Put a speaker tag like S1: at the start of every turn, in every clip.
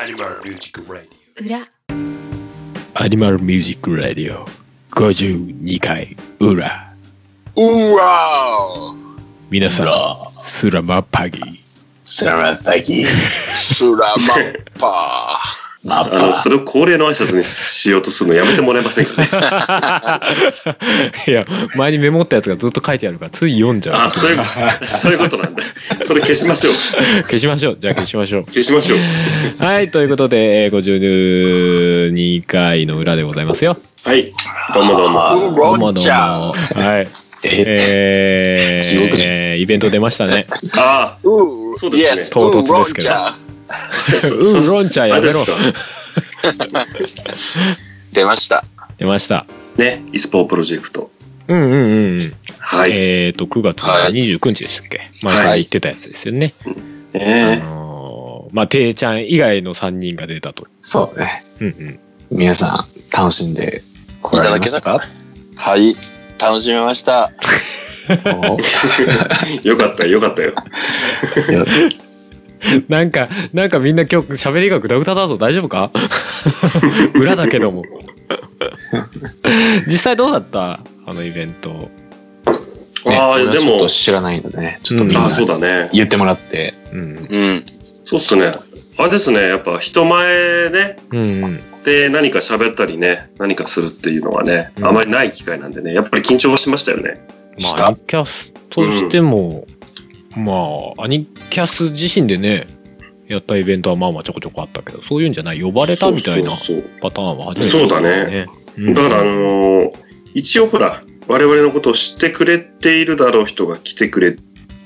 S1: アニマルミュージックラディ
S2: 裏
S3: アニマルミュージックラディオ52回裏
S4: うわー
S3: 皆さんスラマッパギ
S5: スラマッパギー、
S4: スラマッパ
S5: マッ
S1: オあの
S5: パ
S1: それを恒例の挨拶にしようとするのやめてもらえませ んかね
S3: いや前にメモったやつがずっと書いてあるからつい読んじゃ
S1: あ
S3: う
S1: そういうそういうことなんだそれ消しましょう
S3: 消しましょうじゃあ消しましょう
S1: 消しましょう
S3: はいということでえー52回の裏でございますよ
S1: はいどうもどうも
S4: ー。う
S3: どう
S4: ろ
S3: も
S4: ん
S3: どう
S4: ち
S3: も
S4: ゃん。
S3: はいえ
S5: え地獄じゃん
S3: ー、イベント出ましたね
S1: ああ
S4: う
S1: そうですね
S4: Yes
S3: 唐突ですけど
S4: うろ
S3: う
S4: んちゃん
S3: んロンちゃんやめろ
S1: あれですか
S4: 出ました。
S3: 出ました
S1: ねイスポープロジェクト
S3: うんうんうんうん
S1: はい、
S3: えっ、と9月の29日でしたっけ、前から言ってたやつですよね、あ
S1: ね
S3: のーまあ、ていちゃん以外の3人が出たと。
S5: そうね。
S3: うんうん。
S5: 皆さん、楽しんで来られましたか
S4: はい。楽しみました。
S5: お
S1: よかったよよかったよ
S5: いや
S3: なんか、なんかみんな今日喋りがグダグダだぞ、大丈夫か 裏だけども。 実際どうだったあのイベント。
S5: ね
S1: ああ
S5: 俺
S1: で
S5: はちょっ
S1: も
S5: と知らないのでね、ちょっとみん
S1: あ
S5: な
S1: あそうだね
S5: 言ってもらって、
S3: うん。
S4: うん。
S1: そうっすねあれですねやっぱ人前ね
S3: うんうん。
S1: で何か喋ったりね何かするっていうのはね、
S3: うん
S1: あまりない機会なんでねやっぱり緊張はしましたよね
S3: ま
S5: した
S3: あ、アニキャスとしても、まあ、アニキャス自身でね、やったイベントはまあまあちょこちょこあったけど、そういうんじゃない、呼ばれたみたいな
S1: そうそうそう
S3: パターンは初めてですね。うん
S1: だからあのー一応ほら我々のことを知ってくれているだろう人が来てくれ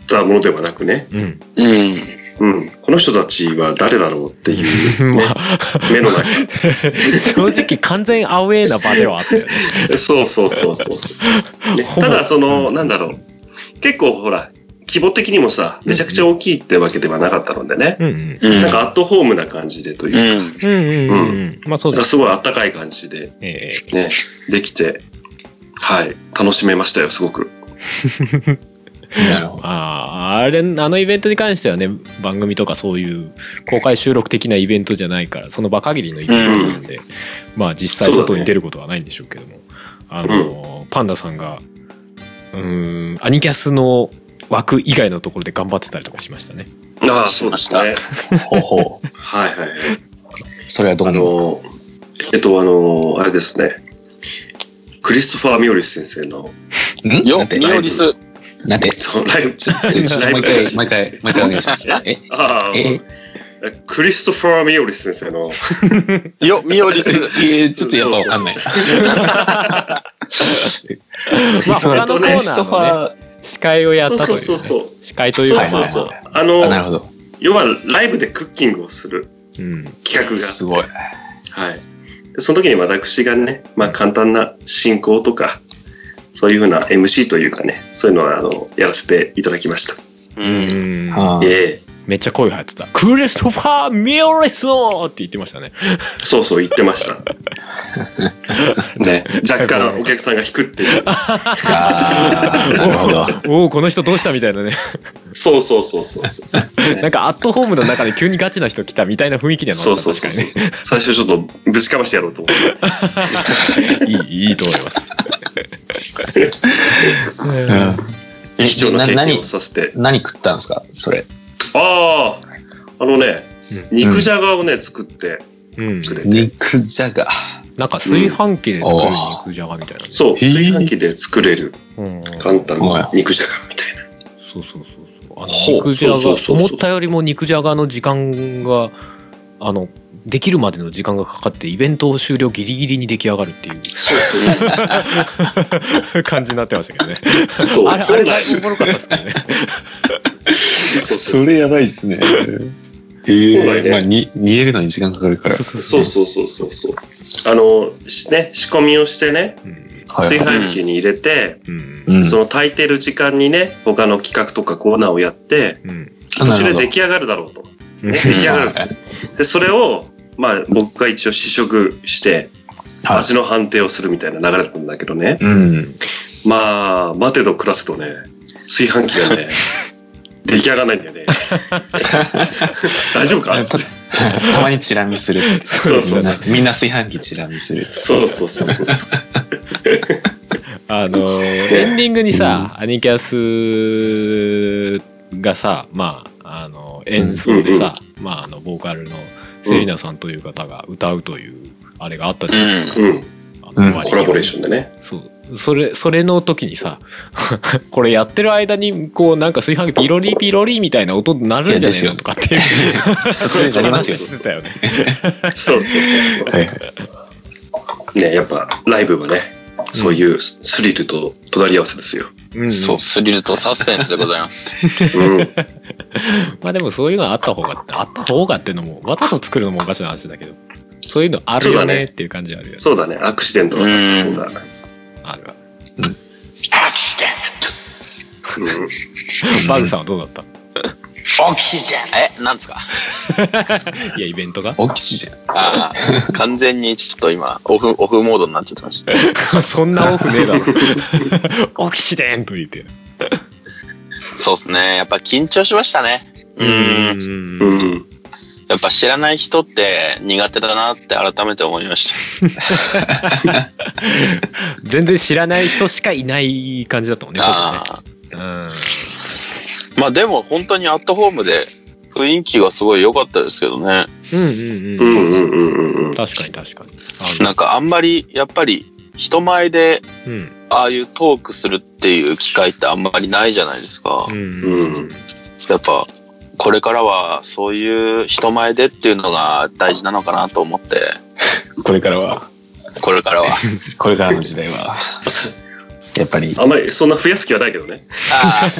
S1: たものではなくね、
S3: うん。
S4: うん。
S1: うん、この人たちは誰だろうっ ていう
S3: まあ、
S1: 目の中
S3: 正直完全アウェーな場ではあったよね。
S1: そうそうそうそう、ね
S3: ほぼ
S1: ただその、
S3: うん
S1: なんだろう結構ほら規模的にもさめちゃくちゃ大きいってわけではなかったのでね、
S3: うん
S4: うん。
S1: なんかアットホームな感じでという
S4: う
S1: か、
S4: ん。
S3: うん。うんうんうん。まあそう
S1: なん
S3: で
S1: か
S3: す。
S1: すごいあったかい感じで
S3: ええ
S1: ね、できて、はい、楽しめましたよ、すごく。
S5: なるほど。
S3: ああ、あれ、あのイベントに関してはね、番組とかそういう公開収録的なイベントじゃないから、その場限りのイベントなんで、まあ実際
S1: そうだね
S3: 外に出ることはないんでしょうけども、あの、パンダさんが、うーん、アニキャスの枠以外のところで頑張ってたりとかしましたね。
S1: ああ、
S4: し
S1: そう
S4: ま
S1: で
S4: し
S1: す
S4: た
S1: ね。
S5: ほうほう。
S1: はいはいはい。
S5: それはど
S1: あ
S5: うも。
S1: の、えっと、あの、あれですね、クリストファー・ミオリス先生の、
S5: ん
S4: よ
S5: なん、て
S4: ミオリス。
S5: なんてち
S1: そのライブ、ちょ
S5: ょちょちょもう一回、
S1: ライブ
S5: もう一回、もう一回お願いします。え
S1: あ
S5: え
S1: あ、クリストファー・ミオリス先生の、
S4: よ、ミオリス。
S5: えちょっとやっぱわかんない。
S3: まあ他のコーナ
S1: クリ
S5: スト
S3: ー
S5: フ
S3: のね、
S5: ァー、
S3: 司会をやったという、
S1: そ
S3: ね。
S1: うそうそうそう。
S3: 司会という
S1: そう
S3: か、ま
S1: そ
S3: あ
S1: う
S3: ま
S1: そう
S3: あ。。
S1: あ
S5: あなるほ
S1: の、
S5: ど。
S1: 要はライブでクッキングをする
S3: うん。
S1: 企画が
S5: すごい。
S1: はい。でその時に私がね、まあ簡単な進行とか、そういうふうな MC というかね、そういうのはあのやらせていただきました。
S3: う
S4: う。
S3: んん
S5: あー
S1: ええ
S3: めっちゃ声入ってた。クリストファー・ミオレスのって言ってましたね。
S1: そうそう言ってま した。ね、若干お客さんが引くっていう。
S5: あー、なるほど。
S3: おお、この人どうしたみたいなね。
S1: そうそうそうそうそう。
S3: なんかアットホームの中で急にガチな人来たみたいな雰囲気ではなか
S1: そう
S3: った
S1: そう
S3: 確
S1: そ
S3: か
S1: う
S3: に
S1: そう
S3: ね。。
S1: 最初ちょっとぶちかましてやろうと思って。
S3: いい、いいと思います。
S5: え
S1: 貴重な経
S5: な
S1: 験
S5: 何
S1: をさせて。
S5: 何食ったんですかそれ。
S1: ああ、あのね
S3: うん、
S1: 肉じゃがをね、作って
S3: うん。
S1: くれて。
S5: 肉じゃが。
S3: なんか炊飯器で作る肉じゃがみたいなね。
S1: そう、
S5: へえ
S1: 炊飯器で作れる
S3: うん。
S1: 簡単な肉じゃがみたいな。
S3: そうそうそうそう。あの
S1: ほう
S3: 肉じゃが
S1: そうそうそうそ
S3: 思
S1: う
S3: ったよりも肉じゃがの時間が、あの、できるまでの時間がかかって、イベント終了ギリギリに出来上がるってい
S1: そうそう
S3: 感じになってましたけどね。
S1: そう。
S3: あれ、あれだいぶおも
S1: 本来
S3: ろかったですけどね。
S1: そう
S5: れやばいですね。え
S1: そうだね
S5: まあ、に、煮えるのに時間かかるから。
S3: そうそう
S1: そうそうそうそうそう。あの、しね、仕込みをしてね、
S3: うん
S5: はい
S1: 炊
S5: はい。
S1: 飯器に入れて、
S3: うん
S5: うん
S1: その炊いてる時間にね、他の企画とかコーナーをやって、
S3: うん
S1: 途中で出来上がるだろう
S3: う
S1: と。
S3: ん
S1: ね出来上がる。で、それを、まあ僕が一応試食して、
S5: はい
S1: 味の判定をするみたいな流れなんだけどね。
S5: うん。
S1: まあ、待てど暮らせとね、炊 飯器がね、出来上がらないんだよね。大丈夫か
S5: たたまにチラ見するって。
S1: そうそうそ
S5: みんなみんな炊飯器チラ見する。
S1: そうそうそうそうそう。
S3: あのーエンディングにさ、アニキャスがさ、まあ、あの演奏でさ、まあ、あのボーカルのセリナさんという方が歌うというあれがあったじゃないですか。
S1: うん。
S3: あの
S5: うん
S3: 終わり
S1: コラボレーションでね。
S3: そうそれそれの時にさ これやってる間にこうなんか炊飯器ピロリピロリみたいな音鳴るんじゃねえのとかっていう
S5: 失礼になりますよ
S3: 話。してたよね。
S1: そうそうそうそ
S5: はい。
S1: う。ね、やっぱライブはね、そういうスリルと隣り合わせですよ。
S3: うん
S4: そう、スリルとサスペンスでございます。
S1: うん。
S3: まあでもそういうのあった方があった方がっていうのもわざと作るのもおかしな話だけどそういうのある
S1: そ
S3: よ
S1: うだ
S3: ね
S1: ね
S3: っていう感じあるよね。
S1: そうだね、アクシデントがあった方が。
S3: あるある
S4: アクシデン
S1: うん
S3: バグさんはどうだった
S4: トオキシジェンえ、なんですか
S3: いやイベントが
S5: オキシジェ
S4: ああ、完全にちょっと今、オフ、オフモードになっちゃってました。
S3: そんなオフねえだろオキシデンと言って
S4: そうですね。やっぱ緊張しましたね。うん。
S3: ん
S1: うん。
S4: やっぱ知らない人って苦手だなって改めて思いました。
S3: 全然知らない人しかい ない感じだったもんね
S4: ああ。
S3: 僕はね
S4: まあでも本当にアットホームで雰囲気がすごい良かったですけどね。
S3: うんうん
S1: う
S3: うんん
S1: う
S3: うん
S1: んうんうんうん。
S3: 確かに確かにあ
S4: なんかあんまりやっぱり人前で
S3: のうん
S4: ああいうトークするっていう機会ってあんまりないじゃないですか
S3: う。んうん
S1: うん
S4: やっぱこれからはそういう人前でっていうのが大事なのかなと思って、
S5: ン。これからは、
S4: これか らは。
S5: これからの時代は、やっぱり、
S1: あんまりそんな増やす気はないけどね。
S4: あ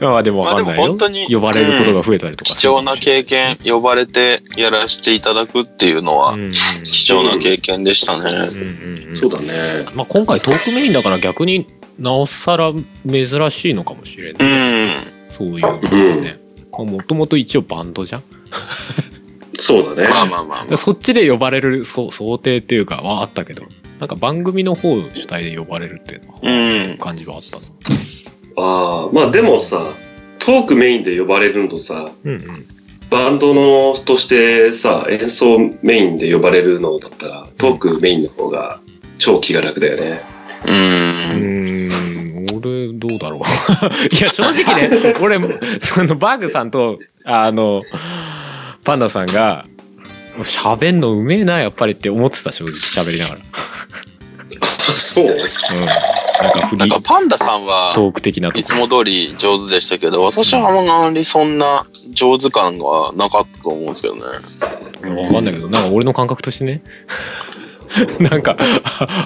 S4: あ
S3: まあでもわかんない
S4: まあでも
S3: よ
S4: 本当に
S3: 呼ばれることが増えたりとか
S4: 貴重な経験、呼ばれてやらせていただくっていうのは
S3: うんうん
S4: 貴重な経験でしたね。
S3: うんうんうん
S1: そうだね。
S3: まあ今回トークメインだから逆になおさら珍しいのかもしれ
S4: う
S3: ない
S4: ん。
S3: そういうのがねもともと一応バンドじゃん
S1: そうだね。
S4: まあまあまあま
S3: でそっちで呼ばれるそう想定っていうかはあったけどなんか番組の方主体で呼ばれるっていうのは
S4: あ。うん。
S3: 感じはあったの
S1: ああ、まあでもさ、トークメインで呼ばれるのとさ、
S3: うんうん
S1: バンドのとしてさ、演奏メインで呼ばれるのだったら、トークメインの方が超気が楽だよね。
S4: う
S3: う。
S4: ん
S3: ーん俺どうだろう いや正直ね俺そのバーグさんとあのパンダさんが喋んのうめえなやっぱりって思ってた正直喋りながら、
S1: そう
S3: うん、なんかフリ
S4: なんか
S3: ー
S4: パンダさんは
S3: トーク的なと
S4: い
S3: こ
S4: つも通り上手でしたけど、私はあまりそんな上手感がなかったと思うんですけどね。
S3: わかんないけどなんか俺の感覚としてね なんか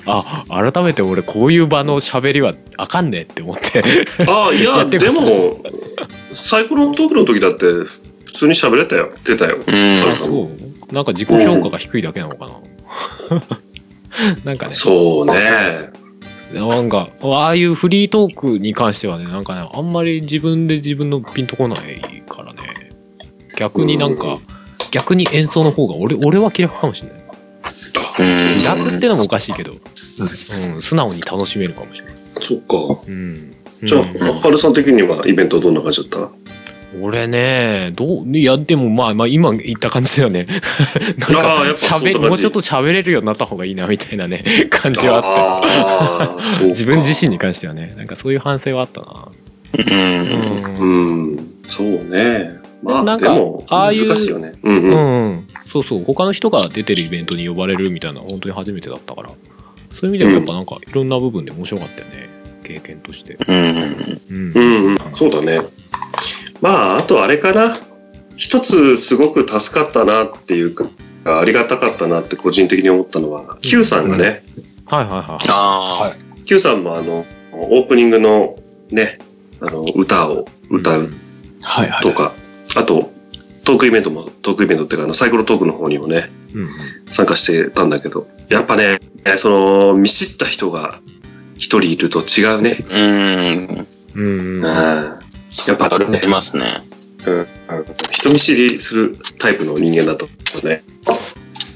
S3: ああ改めて俺こういう場の喋りはあかんねえって思って
S1: ああ、い
S3: や
S1: や、
S3: って
S1: で
S3: く
S1: も、サイコロのトークの時だって、普通に喋れたよ。出たよ。
S4: うん。
S3: そうなんか自己評価が低いだけなのかななん かね
S1: そうね。
S3: なんかああいうフリートークに関してはねなんかねあんまり自分で自分のピンとこないからね逆になんか、
S1: うん
S3: 逆に演奏の方が俺俺は気楽かもしれない気
S4: うん
S3: 楽ってのもおかしいけど、うん素直に楽しめるかもしれない、
S1: そっか。
S3: うん、
S1: じゃ
S3: うん
S1: あ、ハルさん的にはイベントどんな感じだった
S3: 俺ねどういやでもまあまあ今言った感じだよね なんか
S1: ああ、やっぱそんな
S3: 喋
S1: 感じ。
S3: もうちょっと喋れるようになった方がいいなみたいなね 感じはあって
S1: ああ、そうか
S3: 自分自身に関してはねなんかそういう反省はあったな、
S4: うん。
S1: うん、そうね。ま
S3: でもな
S1: あ、
S3: ん
S1: で
S3: か
S1: も、
S3: ああ
S1: 難
S3: いう
S1: しいよね。うん
S3: う
S1: うん。
S3: ん、うん、そうそう他の人が出てるイベントに呼ばれるみたいな本当に初めてだったからそういう意味でもやっぱなんかいろんな部分で面白かったよね経験として
S4: うん。
S3: うん
S1: うん、うん、そうだね。まあ、あとあれかな。一つすごく助かったなっていうか、ありがたかったなって個人的に思ったのは、Q さんがね、
S3: はいはいはい
S4: ああ。
S1: Q さんもあの、オープニングのね、あの、歌を歌う
S5: はいは
S1: と
S5: い。
S1: か、あと、トークイベントも、トークイベントっていうか、あの、サイコロトークの方にもね、
S3: うんうん
S1: 参加してたんだけど、やっぱね、その、見知った人が一人いると違うね。
S4: う
S3: う
S4: ん。
S3: ん
S1: う
S3: うん
S1: ん。
S4: それありますね。
S1: 人見知りするタイプの人間だと思うね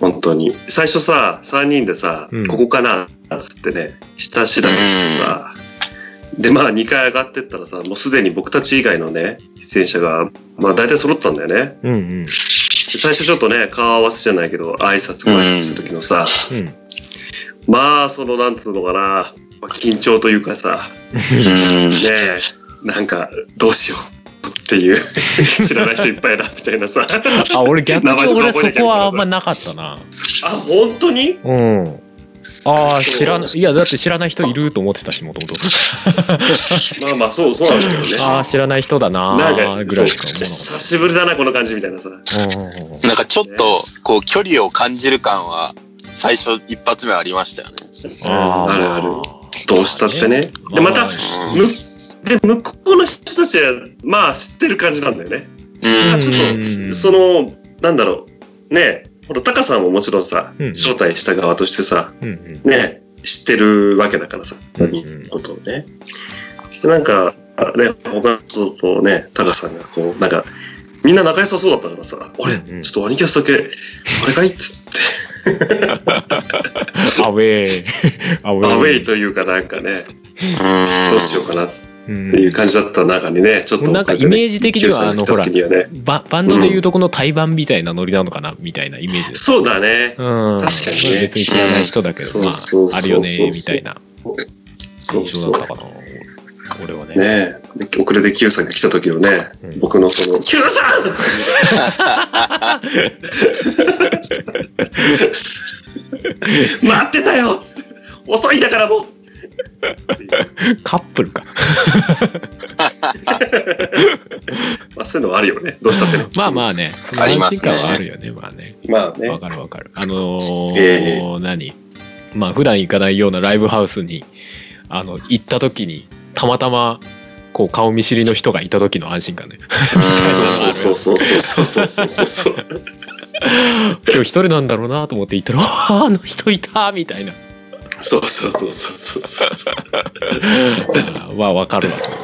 S1: 本当に最初さ3人でさ、
S3: うん
S1: ここかなっつってね下調べしてさ、で、まあ2回上がってったらさ、もうすでに僕たち以外のね、出演者が、まあ大体揃ったんだよね。
S3: うんうん
S1: で最初ちょっとね、顔合わせじゃないけど、挨拶ご挨拶する時のさ、
S3: うん
S1: まあその、なんつうのかな、まあ緊張というかさ、ねえ、なんかどうしようっていう、知らない人いっぱいだみたいなさ。
S3: あ俺逆に
S1: 名前とか
S3: 俺そ
S1: 覚えなきゃいけない
S3: こはあんまなかったな
S1: あ、本当に
S3: うんああ知らないいやだって知らない人いると思ってたしもともと
S1: まあまあそう、そうなんだけどね。
S3: ああ知らない人だな
S1: な
S3: ー
S1: んか
S3: ぐ
S1: そ
S3: ら
S1: う
S3: いしか
S1: 久しぶりだなこの感じみたいなさ
S3: 思わなかったうん
S4: なんかちょっと、こう、距離を感じる感は、最初一発目ありましたよね。
S1: あるあるどうしたってねでまた
S3: あー
S1: むで向こうの人たちはまあ知ってる感じなんだよね、
S4: うん。
S1: あちょっと
S3: うん
S1: そのなんだろうねほらタカさんももちろんさ、
S3: うん
S1: 招待した側としてさ
S3: うんうん
S1: ね知ってるわけだからさ、
S3: うん
S1: 何のことをねでなんかね他の人とねタカさんがこうなんかみんな仲良さそうだったからさ、あれ
S3: うん
S1: ちょっとアニキャスだけ、あれかいっつって。
S3: アウェーアウ
S1: アウェイというかなんかね、
S4: うん
S1: どうしようかなっ
S3: うん
S1: ていう感じだった中にね、ちょっと、
S3: もうなんかイメージ的にはあのほら
S1: にはね、
S3: ババンドでいうとこの対バンみたいなノリなのかなみたいなイメージです。
S1: そうだね。
S3: うん、
S1: 確かにね
S3: 別に知らない人だけど、
S1: うん
S3: まあ
S1: そうそうそうそう
S3: あるよねみたいな
S1: そう
S3: 印
S1: そ
S3: 象
S1: う
S3: だっ。たかな俺はね
S1: ねで遅れて Q さんが来た時のね、
S3: うん
S1: 僕のその、Q さん待ってたよ遅いんだからもう
S3: カップルか
S1: まあそういうのはあるよね。どうしたってね。
S3: まあまあねその
S4: ありますね
S3: 安心感はあるよねまあね
S1: まあ
S3: わ
S1: ね。
S3: かるわかるあのー
S1: え
S3: 何まあ普段行かないようなライブハウスにあの行った時にたまたまこう顔見知りの人がいた時の安心感ね
S1: そうそうそうそうそうそうそうそう。
S3: 今日一人なんだろうなと思って行ったら「 ああの人いた!」みたいな
S1: そうそうそうそうそうそう。
S3: はわかるわそれは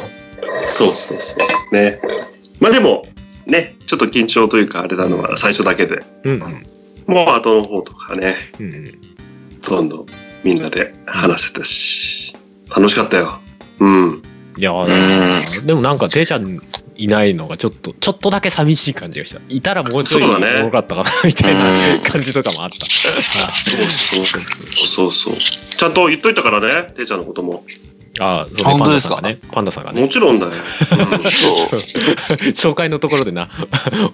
S1: そうそうそう。ね。まあでも、ね、ちょっと緊張というか、あれなのは最初だけで、
S3: うん
S1: もう後の方とかね、
S3: うんうん
S1: どんどんみんなで話せたし、楽しかったよ。うん。
S3: いやーでもなんかデジャンいないのがちょっとちょっとだけ寂しい感じがしたいたらもうちょい
S1: そう
S3: お
S1: だね
S3: もろかったかなみたい
S4: うん
S3: な感じとかもあった
S1: そうそうそうそうそう。ちゃんと言っといたからね、ていちゃんのことも。
S3: あーそうね
S5: 本
S3: パン
S5: 当
S3: ダ
S5: です
S3: さん
S5: か
S3: がねパンダさんがね
S1: もちろんだよ。うん
S4: そう。
S3: そう紹介のところでな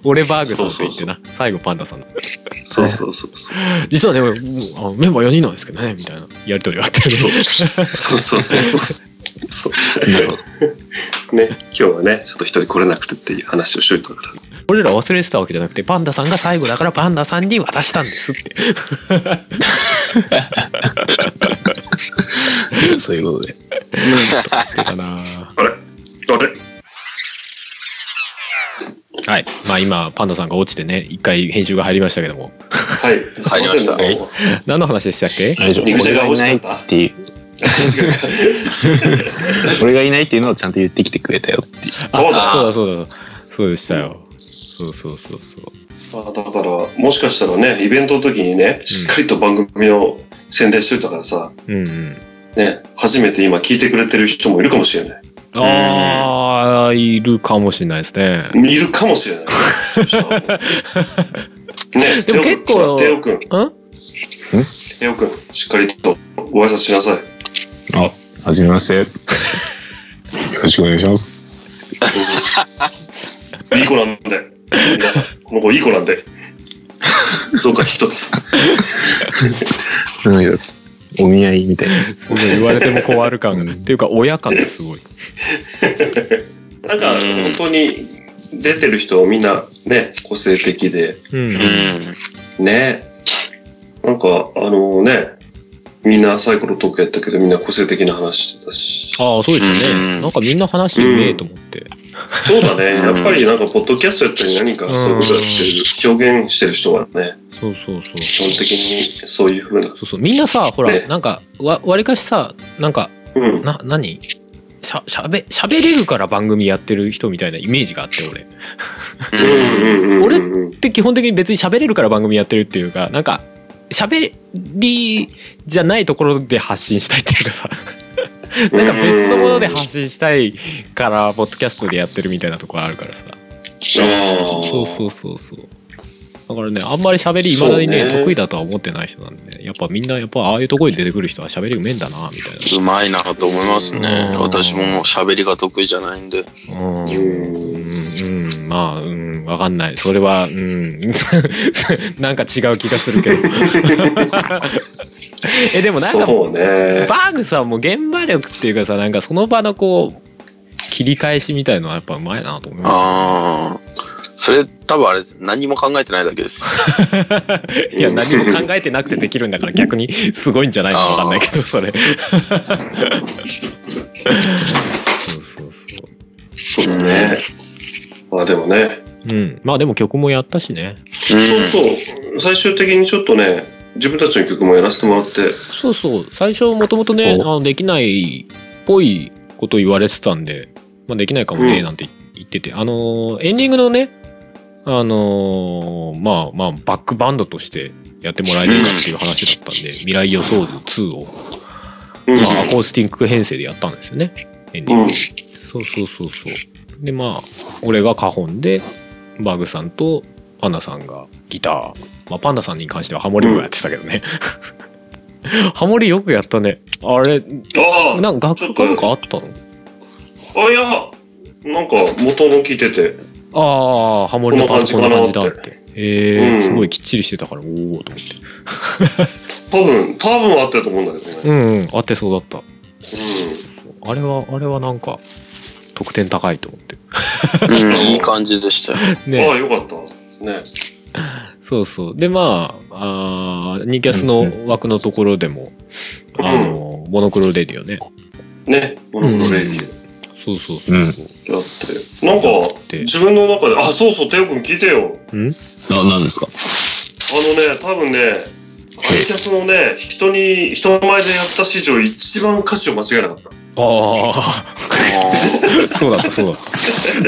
S3: 俺バーグさんって言ってな最後パンダさんの
S1: そうそうそうそう。
S3: 実はねもうあメンバー4人なんですけどねみたいなやりとりがあったよね
S1: そうそうそうそう。そう
S5: なるほど。
S1: ね、今日はね、ちょっと一人来れなくてっていう話をしといたから。
S3: 俺ら忘れてたわけじゃなくてパンダさんが最後だからパンダさんに渡したんですって
S5: そういうことで。
S3: 言ってたな
S1: あれあれ
S3: はい。まあ今、パンダさんが落ちてね、一回編集が入りましたけども。
S1: はい。すいませんな
S5: はい
S3: 何の話でしたっけ
S5: 大丈夫。
S1: 肉じ
S5: 俺
S1: ゃが
S5: が
S1: 美
S5: い
S1: 味
S5: ない
S1: し
S5: っ
S1: かった
S5: て いう。俺がいないっていうのをちゃんと言ってきてくれたよ。
S1: そうだ
S3: あそうだそうだ。そうでしたよ。そうそうそうそう。
S1: まあだから、もしかしたらね、イベントの時にね、しっかりと番組を宣伝しといたからさ、
S3: うんうん。
S1: ね、初めて今聞いてくれてる人もいるかもしれない。
S3: ああ、いるかもしれないですね。
S1: いるかもしれ ない。ね、
S3: でも結構
S1: テオ君、
S3: ん
S1: テオ君、しっかりとご挨拶しなさい。
S5: はじめまして。よろしくお願いします。
S1: いい子なんで。皆さん、この子いい子なんで。どうか一つ。
S5: なんかお見合いみたいな。
S3: すごい言われても困る感が。っていうか、親感がすごい。
S1: なんか、
S4: うん
S1: 本当に出てる人みんなね、個性的で、
S3: うん
S4: う。ん。
S1: ねなんかあのねみんなサイコロトークやったけどみんな個性的な話してたし
S3: ああ、そうでした
S4: う
S3: ね。
S4: ん
S3: なんかみんな話うめえと思って。
S1: そうだね
S4: うん
S1: やっぱりなんかポッドキャストやったり何かそういうことやってる表現してる人はね
S3: そうそうそう。
S1: 基本的にそういうふうな
S3: そうそう。みんなさ、ほら
S1: ね、
S3: なんか、わ、わりかしさ、なんか、
S1: うん
S3: な、何しゃ、しゃべ、しゃべれるから番組やってる人みたいなイメージがあって、俺。
S1: うんうんうんうん
S3: 俺って基本的に別に喋れるから番組やってるっていうかなんか喋りじゃないところで発信したいっていうかさなんか別のもので発信したいから、ポッドキャストでやってるみたいなとこあるからさ。そうそうそうそう。だからね、あんまり喋り、いまだにね
S1: そうね
S3: 得意だとは思ってない人なんでね、やっぱみんな、やっぱああいうところに出てくる人は喋りうめえんだな、みた
S4: うまいなと思いますね。
S3: うん
S4: 私も喋りが得意じゃないんで。
S3: いな。うん。う
S1: うん
S3: ん、うん、まあ、うん、わかんない。それは、うん、 なんか違う気がするけど。 え、でもなんか、
S1: そうね。
S3: バーグさんも現場力っていうかさ、なんかその場のこう、切り返しみたいのはやっぱうまいなと思いま
S4: ああ。それ多分あれです。何も考えてないだけで す。
S3: すよ。いや、何も考えてなくてできるんだから逆にすごいんじゃないのわかんないけど、それ。そうそうそう。
S1: そうだね。まあでもね、
S3: うん。まあでも曲もやったしね。
S4: うん
S1: そうそう、最終的にちょっとね、自分たちの曲もやらせてもらって、
S3: そうそう。最初もともとね、あのできないっぽいこと言われてたんで、まあできないかもね、
S1: うん
S3: なんて言ってて。あのー、エンディングのね、あのー、まあまあ、バックバンドとしてやってもらえねえかっていう話だったんで、未来予想図2を、
S1: うん、
S3: まあ、アコースティック編成でやったんですよね。エンディング。
S1: うん、
S3: そうそうそうそう。で、まあ、俺がカホンで、バグさんとパンダさんがギター。まあ、パンダさんに関してはハモリもやってたけどね。 ハモリよくやったね。あれ、
S1: あ
S3: なんか楽譜かなんかあったの
S1: あ、あいや、なんか元の聞いてて、
S3: ああ、ハモリのパートこ
S1: こ
S3: ん
S1: ん
S3: な
S1: な
S3: 感じだ
S1: 感じか
S3: っ
S1: なって
S3: て。ええ
S1: うん
S3: すごいきっちりしてたから、おおーと思って。
S1: 多分多分合ってると思うんだけど
S3: う
S1: ね。
S3: んうん、合ってそうだった。
S1: う
S3: あれは、あれはなんか、得点高いと思って。
S4: うんいい感じでしたよ。
S1: ん、あ
S3: ね
S1: あ、よかったですね。
S3: そうそう。で、まあ、あーニキャスの枠のところでも、
S1: うん
S3: あの、モノクロレディオね。
S1: ね、モノクロレディ
S3: そうそうそう。
S1: やって、なんか
S3: て
S1: 自分の中で、あ、そうそう、テオ君聞いてよ。
S3: うん
S5: な、なんですか
S1: あのね、多分ね、アイキャスのね、人に、人前でやった史上一番歌詞を間違えなかった。
S3: ああ、そうだった、そうだっ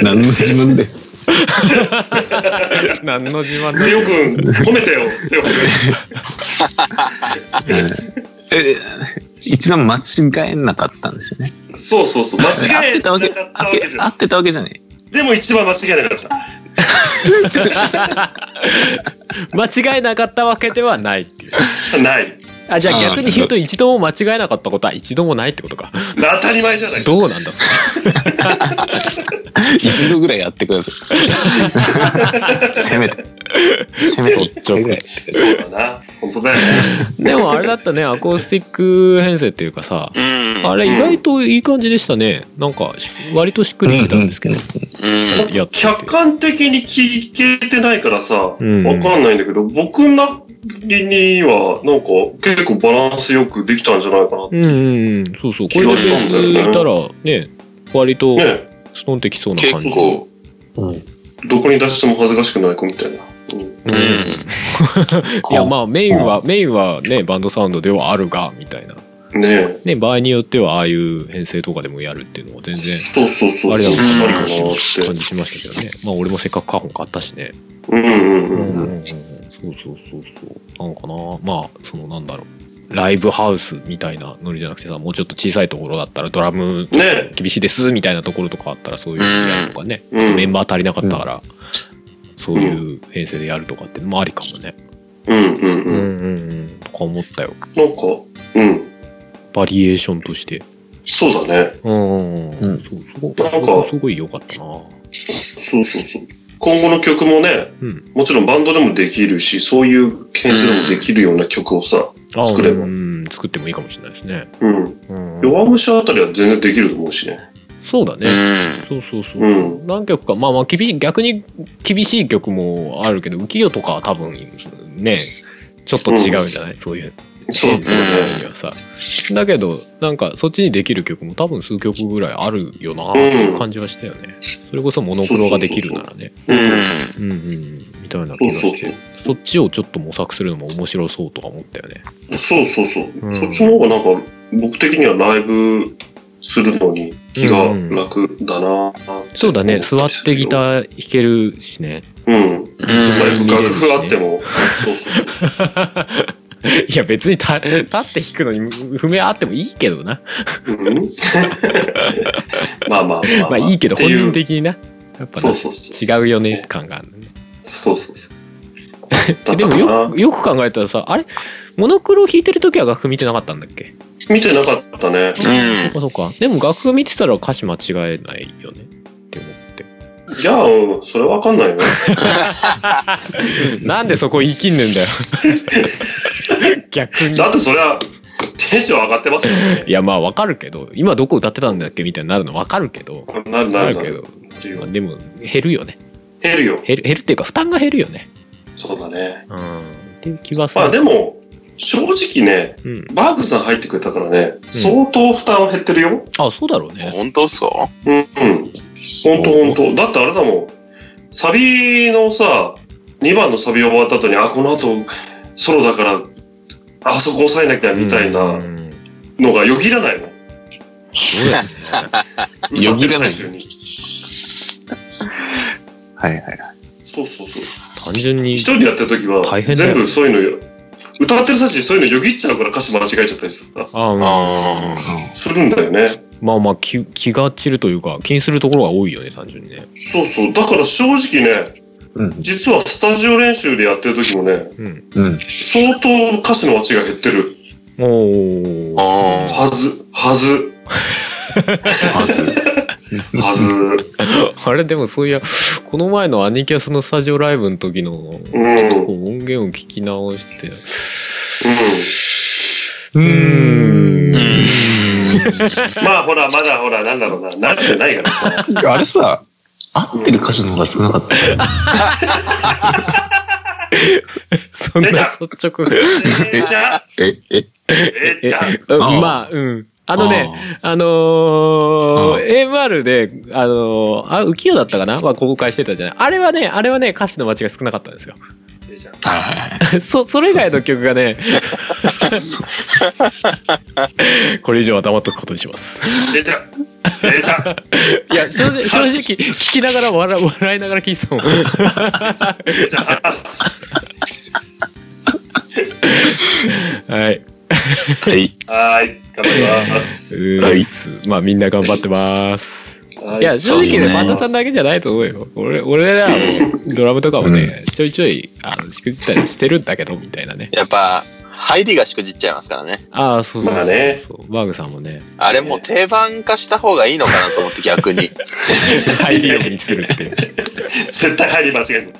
S5: 何の自分で。
S3: た。 何の自慢
S1: テオ君、褒めてよ、テオ君。
S5: え、一番間違えなかったんですよね。
S1: そうそうそう、間違えなかったわけじゃ
S5: 合
S1: ん。
S5: ってたわけじゃない。
S1: でも一番間違えなかった。
S3: 間違えなかったわけではないっていう。
S1: ない。
S3: あ、じゃあ
S5: あー
S3: 逆に言うと一度も間違えなかったことは一度もないってことか。
S1: 当たり前じゃない。
S3: どうなんだ、それ。
S5: 一度ぐらいやってください。せめて。せめて一回ぐらい。
S1: そうだな。本当だよね。
S3: でもあれだったね、アコースティック編成っていうかさ、
S4: うん。
S3: あれ意外といい感じでしたね。なんか、し割としっくりきたんですけど。
S4: うん。
S3: やってて
S1: 客観的に聞けてないからさ、わか
S3: うん
S1: んないんだけど、僕なりには、なんか結構バランスよくできたんじゃないかな。
S3: うんうんうん、そうそう。これでベースいたら、ね、割と
S1: ね
S3: ストンってきそうな感
S4: 結
S3: じ。
S4: 構。
S1: どこに出しても恥ずかしくない子みたいな。うん
S3: う
S4: うんん。
S3: いや、まあメインは、メインはね、バンドサウンドではあるが、みたいな。
S1: ね
S3: ね、場合によってはああいう編成とかでもやるっていうのは全然
S1: そうそうそう。
S3: あれだ
S1: や
S3: も
S1: っ
S3: んね
S1: ぱりかなって。
S3: 感じしましたけどね。まあ俺もせっかくカホン買ったしね。
S1: うんうんうん。
S3: うんそうそうそうそう。なのかなまあ、そのなんだろう。ライブハウスみたいなノリじゃなくてさ、もうちょっと小さいところだったらドラム
S1: ね
S3: 厳しいですみたいなところとかあったらそういう試合とかね、
S1: うん
S3: メンバー足りなかったから、そういう編成でやるとかってのもありかもね。
S1: うんうんうん。なん
S3: ん
S1: か、
S3: うん。とか思ったよ。
S1: うん。
S3: バリエーションとして。
S1: そうだね。
S3: うん。
S5: うん
S3: そうすご
S1: なんか
S3: そこすごい良かったな。
S1: そうそうそう。今後の曲もね、
S3: うん。
S1: もちろんバンドでもできるし、そういう編成でもできるような曲をさ、
S3: あ
S1: 作れば
S3: うん。作ってもいいかもしれないですね。
S1: う
S3: う
S1: ん。
S3: ん、
S1: 弱虫あたりは全然できると思うしね。
S3: そうだね。
S4: うん。
S3: そうそうそう。
S1: うん
S3: 何曲か、まあまあ厳しい、逆に厳しい曲もあるけど、浮世とかは多分ね、ちょっと違うんじゃない、そういう。
S1: そうだ
S3: の
S1: ね。
S3: にはさ。だけど、なんかそっちにできる曲も多分数曲ぐらいあるよなっていう感じはしたよね。それこそモノクロができるならね。
S1: う。
S4: うんん。
S3: うんうん。みたいな気がして。
S1: そうそう
S3: そっちをちょっと模索するのも面白そうとは思ったよね。
S1: そうそうそう。
S3: ん
S1: そっちの方がなんか、僕的にはライブするのに気が楽だな
S3: そうだね。座ってギ
S1: ー。
S3: ター弾けるしね。
S1: うん。
S4: うん
S3: 見
S1: そう
S3: れるしね
S1: 楽譜あっても、そうそう。
S3: いや別にた 立って弾くのに譜面あってもいいけどな。
S1: うんまあまあま
S3: ま
S1: あ、
S3: あいいけど
S1: って
S3: 本
S1: いう
S3: 人的にな。やっぱ
S1: そ
S3: な
S1: うそうそう
S3: 違うよね。感があるね。
S1: そうそうそ う。
S3: でも
S1: だった
S3: よ
S1: か
S3: くよく考えたらさ、あれモノクロ弾いてる時は楽譜見てなかったんだっけ
S1: な見てなかったね。
S4: うん。
S3: あ、そうか。でも楽譜見てたら歌詞間違えないよねって思って。
S1: いや、うんそれわかんないよね。
S3: なんでそこ言い切んねんだよ。 逆に。
S1: だってそりゃ、テンション上がってますよね。
S3: いやまあわかるけど、今どこ歌ってたんだっけみたいになるのわかるけど。
S1: なるな
S3: わ
S1: る
S3: か
S1: な
S3: る
S1: るって
S3: け
S1: い
S3: ど、まあ、
S1: う。
S3: でも減るよね
S1: 減るよ。
S3: 減る。減るっていうか負担が減るよね。
S1: そうだね。
S3: うん。っていう気はす
S1: ま
S3: る。
S1: あでも、正直ね、
S3: うん、
S1: バーグさん入ってくれたからね、相当負担は減ってるよ。
S3: あそうだろうね。
S4: 本当っすか
S1: うん。うん。ほんとほんと。だってあれだもん。サビのさ、2番のサビ終わった後に、あ、この後、ソロだから、あそこ押さえなきゃみたいな
S3: うんうん
S1: のがよぎらないの。
S3: そうだね
S5: よぎらない
S1: 歌ってる最中に
S5: はいはい。
S1: そうそうそう。
S3: 単純に
S1: 一人でやってる時は
S3: 大変だよ
S1: 全部そういうのよ歌ってる最中にそういうのよぎっちゃうから歌詞間違えちゃったりさ
S3: あ、まあ、
S4: あ
S1: するんだよね
S3: まあまあ気気が散るというか気にするところが多いよね単純にね。
S1: そうそうだから正直ね
S5: うん。
S1: 実はスタジオ練習でやってる時もね
S3: うん。
S5: うん。
S1: 相当歌詞の間違い減ってる
S3: お
S4: ー
S3: お。
S4: あ
S1: はずはず
S5: まず。
S1: は ず
S3: あれでもそういやこの前のアニキャスのスタジオライブの時の、こ
S1: う
S3: うん
S1: うん
S3: 音源を聞き直して。ー
S5: う
S3: ん
S1: まあほらまだほらなんだろうな慣れてないから さ
S5: あれさ、合ってる歌詞の方が少なかった。
S3: そんな
S1: 出ちゃ
S3: 率直。
S1: えーじゃあ
S5: え、え、
S1: えーじゃあ
S3: うん
S5: あー
S3: まあうん。あのね、あのー、AMR で、あのー、あ浮世だったかなは公開してたじゃない。あれはね、あれはね、歌詞の間違い少なかったんですよ。
S1: えーじゃあ
S5: あー。はいはいはい
S3: そ、それ以外の曲が ね、これ以上は黙っとくことにします。
S1: えーじゃあえーじゃあ
S3: いや、正直、正直、聞きながら笑、笑いながら聞いてたもん。
S1: えーじゃああ
S3: はい。
S5: はい。
S1: はーい頑張ります
S3: うっすまあ、みんな頑張ってます。いや、正直
S5: そうです
S3: ね、
S5: ね
S3: パンダさんだけじゃないと思うよ。俺、俺らも、ドラムとかもね、ちょいちょい、あの、しくじったりしてるんだけど、みたいなね。
S4: ーやっぱ、入りがしくじっちゃいますからね。
S3: ああ、そうそうそう。
S1: まあね
S3: そうバーグさんもね、
S4: あれもう定番化した方がいいのかなと思って逆 に。
S3: 入りようにするって いう。
S1: 絶対入り間違えた。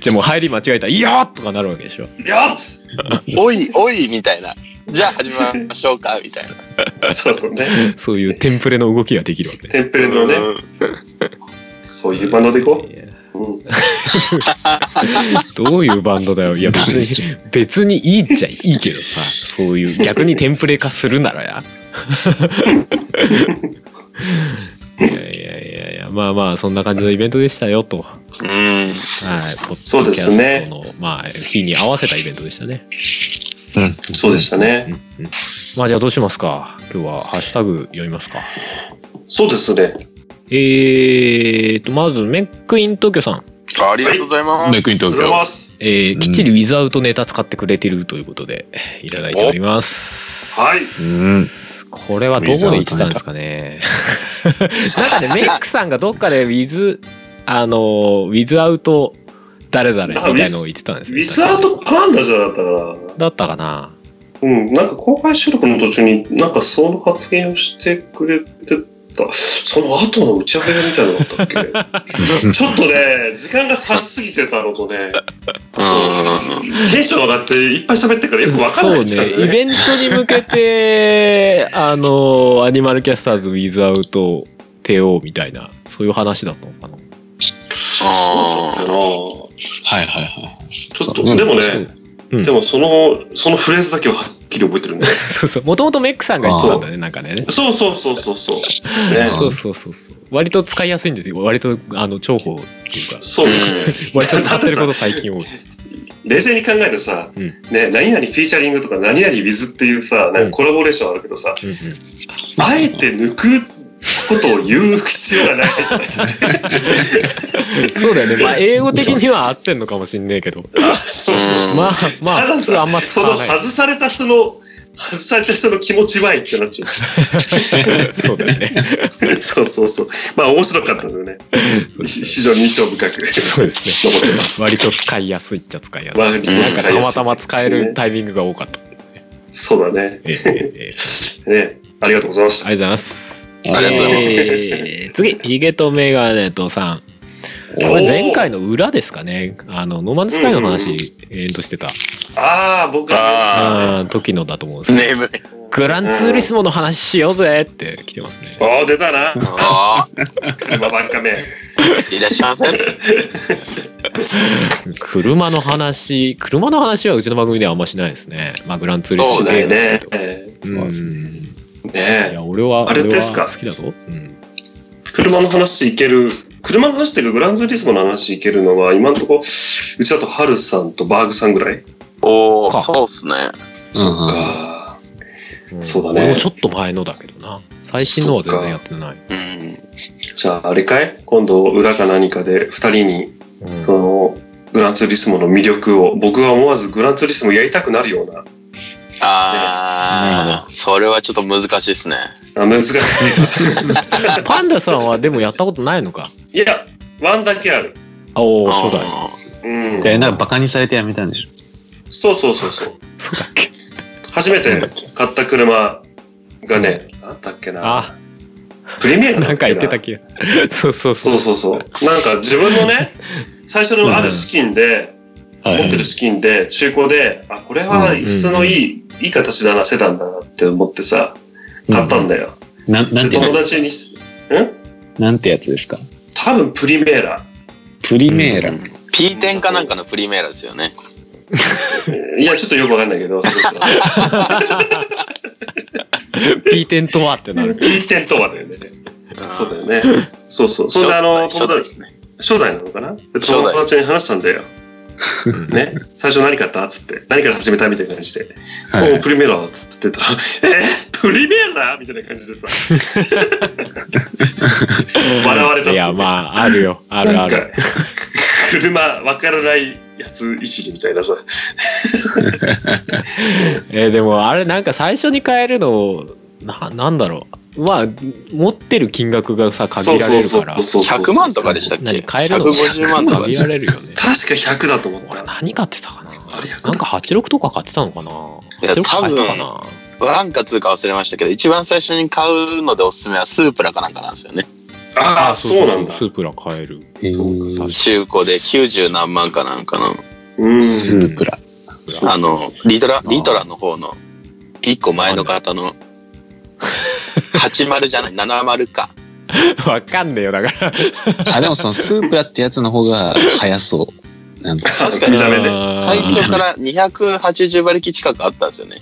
S3: じゃあもう入り間違えたら、いやーとかなるわけでしょ。
S1: よっつ
S4: おいおいみたいな。じゃあ始めましょうかみたいな。
S1: そうそうね。
S3: そういうテンプレの動きができるわけ。
S1: テンプレのね、そういうバンドでいこ
S3: いや
S1: う。うん。
S3: どういうバンドだよ。いや、別
S5: ダメでし
S3: に、別にいいっちゃいいけどさ、そういう、逆にテンプレ化するならや。 いやいやいやいや、まあまあ、そんな感じのイベントでしたよと。は
S4: うん。
S3: い、ポッ
S1: そう
S3: ド
S1: で
S3: キャ
S1: すね
S3: ストの、まあ、日に合わせたイベントでしたね。
S1: そうでしたね。
S3: まあ、じゃあどうしますか。今日はハッシュタグ読みますか。
S1: そうですね。
S3: えーと、まず、メックイン東京さん。
S4: ありがとうございます。
S5: メイクイン東
S1: ありがとうござい
S5: 京。
S1: ます。
S3: えーきっちりウィザウトネタ使ってくれてるということで、いただいております。
S1: はい。
S5: うん。
S3: これはどこで言ってたんですかね。なんかね、メイクさんがどっかでウィズ、あのー、ウィズアウト誰々みたいのを言ってたんです
S1: ウ
S3: よ。
S1: ィザードパンダじゃなかったか
S3: だったかな。
S1: な。うん。なんか公開収録の途中に、なんかその発言をしてくれてた。その後の打ち上げみたいなのあった っけちょっとね、時間が経ちすぎてたのとね、
S4: うん。
S1: テンション上がっていっぱい喋ってからよくわかんな
S3: そ
S1: いうって言ってたんだ
S3: ね。
S1: よ
S3: イベ
S1: ね。
S3: ントに向け て、あのー、アニマルキャスターズウィズアウト帝王みたいな、そういう話だったのかな。
S1: そうだったかな
S5: はいはいは
S1: ちょっと、でも
S3: そ
S1: ね
S3: う、うん
S1: でもその、そのフレーズだけははっきり覚えてるんだよ。
S3: そうそう。もともとメックさんが言ってたんだね、なんかね。
S1: そうそうそうそうそう。ね
S5: あー
S3: そうそうそうそう。割と使いやすいんですよ。割と、あの、重宝っていうか、
S1: そうだね。
S3: 割と使ってること最近多 い。
S1: 冷静に考えてさ、
S3: うん
S1: ね、何々フィーチャリングとか何々ウィズっていうさ、なんかコラボレーションあるけどさ、
S3: うんうん
S1: あえて抜くことを言う必要が ないじゃないですか。
S3: そうだよね。まあ、英語的には合ってんのかもしんねえけど。
S1: そう
S4: うん
S3: まあ、まあ、
S1: ただ
S3: 普通あんま使
S1: そ
S3: わ
S1: の
S3: ない。
S1: 外された人の、外された人の気持ちはいいってなっちゃ
S3: そうだよね。
S1: う。 そうそうそう。まあ面白かったのでね。非常に印 象深く
S3: そうですね。
S1: 残ってます。
S3: 割と使いやすいっちゃ使いやすい。
S1: 割と使いや
S3: なん
S1: すい
S3: かたまたま使えるタイミングが多かった。
S1: そうだね。
S3: ええええええ
S1: ね。ありがとうございまし
S3: あ
S1: た。
S3: りがとうございます。
S4: ありがとうございます
S3: えー次、ヒゲとメガネとさん。これ前回の裏ですかね。あの、ノーマンズスカイの
S1: うんうん
S3: 話、えーとしてた、
S1: ああ、僕は、
S4: あ
S3: あー時のだと思うんですけど、
S4: 眠い。
S3: グランツーリスモの話しようぜって来てますね。
S1: ああ、出たな。
S4: ああ、
S1: 今ばっかめ。
S4: いらっしゃいませ。
S3: 車の話、車の話はうちの番組ではあんましないですね。まあ、グランツーリスモ
S4: そうだ
S3: ゲー
S4: よ
S3: ムです
S1: ね
S3: け。ど。
S1: え
S5: そうです
S3: う
S5: ね
S1: ー
S3: んい
S1: ね
S3: や、俺は、
S1: あれですか
S3: 俺は好きだぞ。うん。
S1: 車の話いける。車の話っていうか、グランズリスモの話いけるのは、今のところ、うちだとハルさんとバーグさんぐらい。
S4: おお、
S3: か
S4: そうっすね。
S1: そっか。
S3: ん
S1: そうだね
S3: 俺もちょっと前のだけどな。最新のは全然やってない。
S4: うん。
S1: じゃあ、あれかい今度、裏か何かで、二人に、
S3: うん
S1: その、グランツーリスモの魅力を、僕は思わずグランツーリスモやりたくなるような、
S3: なる
S4: ああ、それはちょっと難しいですね。
S1: あ 難しい。
S3: パンダさんはでもやったことないのか。
S1: いや、ワンだけある。
S3: あおー
S4: ん
S3: そうだよ。
S1: うん。
S5: で、なんかバカにされてやめたんでしょ
S1: そうそうそうそう。
S3: そうだっけ。
S1: 初めて買った車がね、なんだっけな。
S3: あ、
S1: プレミアムだ
S3: なん
S1: っ
S3: か
S1: け
S3: 言ってた気が。そうそうそ。
S1: そううそうそう。なんか自分のね、最初のある資金で、
S5: は
S1: 持ってる資金で、中古で、あ、これは普通のいい、いい形だな、セダンだなって思ってさ、買ったんだよ。
S5: ななんて
S1: で
S5: や
S1: 友
S5: つ
S1: 達に、ん
S5: なんてやつですか
S1: 多分プリメーラ。
S5: プリメーラ。
S4: P10 かなんかのプリメーラですよね。
S1: えーいや、ちょっとよくわかんないけど、そうそう
S3: P 点とはってなる。
S1: いい点とはだよね。そうだ
S4: よ。
S1: よね。そうそう。それであの、
S4: 初
S1: 友
S4: 代初
S1: 達、
S4: 代ですね
S1: 初代なのかなで
S4: 初代
S1: 友達に話したんだ よ。ね、最初何買ったっつって、何から始めたみたいな感じで、
S5: はい
S1: おうプリメラっつってた ら、えプリメラみたいな感じで さ、笑われた
S3: いや、まあ、あるよ。あるあ
S1: なん
S3: る。
S1: か車わからないやついじりみたいなさ、
S3: えーでも、あれ、なんか最初に買えるの、な、なんだろう。まあ、持ってる金額がさ、限られるから。
S1: そうそうそう
S4: 100万とかでしたっけ
S3: 何買えるの
S4: ?150 万とか
S3: 限
S4: で
S3: られるよね。
S1: 確か100だと思った
S3: 俺、。何買ってたかな
S1: あれ100
S3: なんか86とか買ってたのかない
S4: や
S3: ?86 買ったかな
S4: 何か通か忘れましたけど、一番最初に買うのでおすすめはスープラかなんかなんですよね。
S1: ああ、そうなんだ
S3: ス。ープラ買える。
S5: へー
S4: 中古で90何万かなんかの、
S1: うん。
S5: スープラ。
S4: あの、リトラ、リトラの方の、一個前の方 の、80じゃない、70か。
S3: わかんねえよ、だから。
S5: あ、でもそのスープラってやつの方が早そう。なんか。
S1: 確かに見た目ね。
S3: あー
S4: 最初から280馬力近くあったんですよね。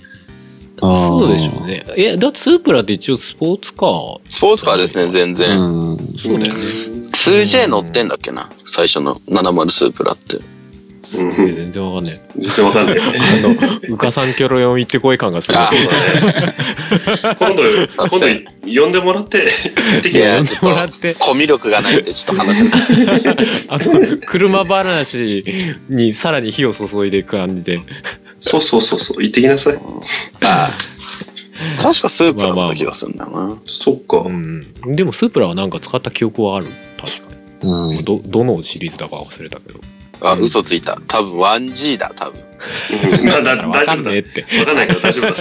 S3: そうでしょうね。え、だってスープラって一応スポーツカー。
S4: スポーツカーですね、全
S5: う
S4: 然。
S5: ん。
S3: そうだよね。
S4: 2J 乗ってんだっけな、最初の70スープラって。
S1: うん。
S3: え
S1: うん
S3: 全然わかんねえ。
S1: 全然わかん ない。
S3: あの、うかさんキョロヨン行ってこい感がすごい
S4: あ。
S1: 今度、今度呼んでもらって、行ってき
S4: い
S1: ま
S4: や
S3: 呼
S1: す。
S3: んでもらって、
S4: コミュ力がないんで、ちょっと話せない。
S3: あの、車話にさらに火を注いでいく感じで。
S1: そうそうそうそう、行ってきなさい。
S4: ああ確かスープラだった気がするんだよな。
S1: そっか。
S3: うん。でもスープラはなんか使った記憶はある。確か
S5: う
S3: に。
S5: ん。
S3: ど、どのシリーズだか忘れたけど。
S4: あ、嘘ついた。多分 1G だ、多分。
S1: うんまあ、
S3: だ
S1: だ
S3: からわ
S1: 大
S3: か
S1: 丈夫
S3: ん
S1: だ。
S3: ねえ
S1: わ
S3: って。
S1: かんないから大丈夫だ。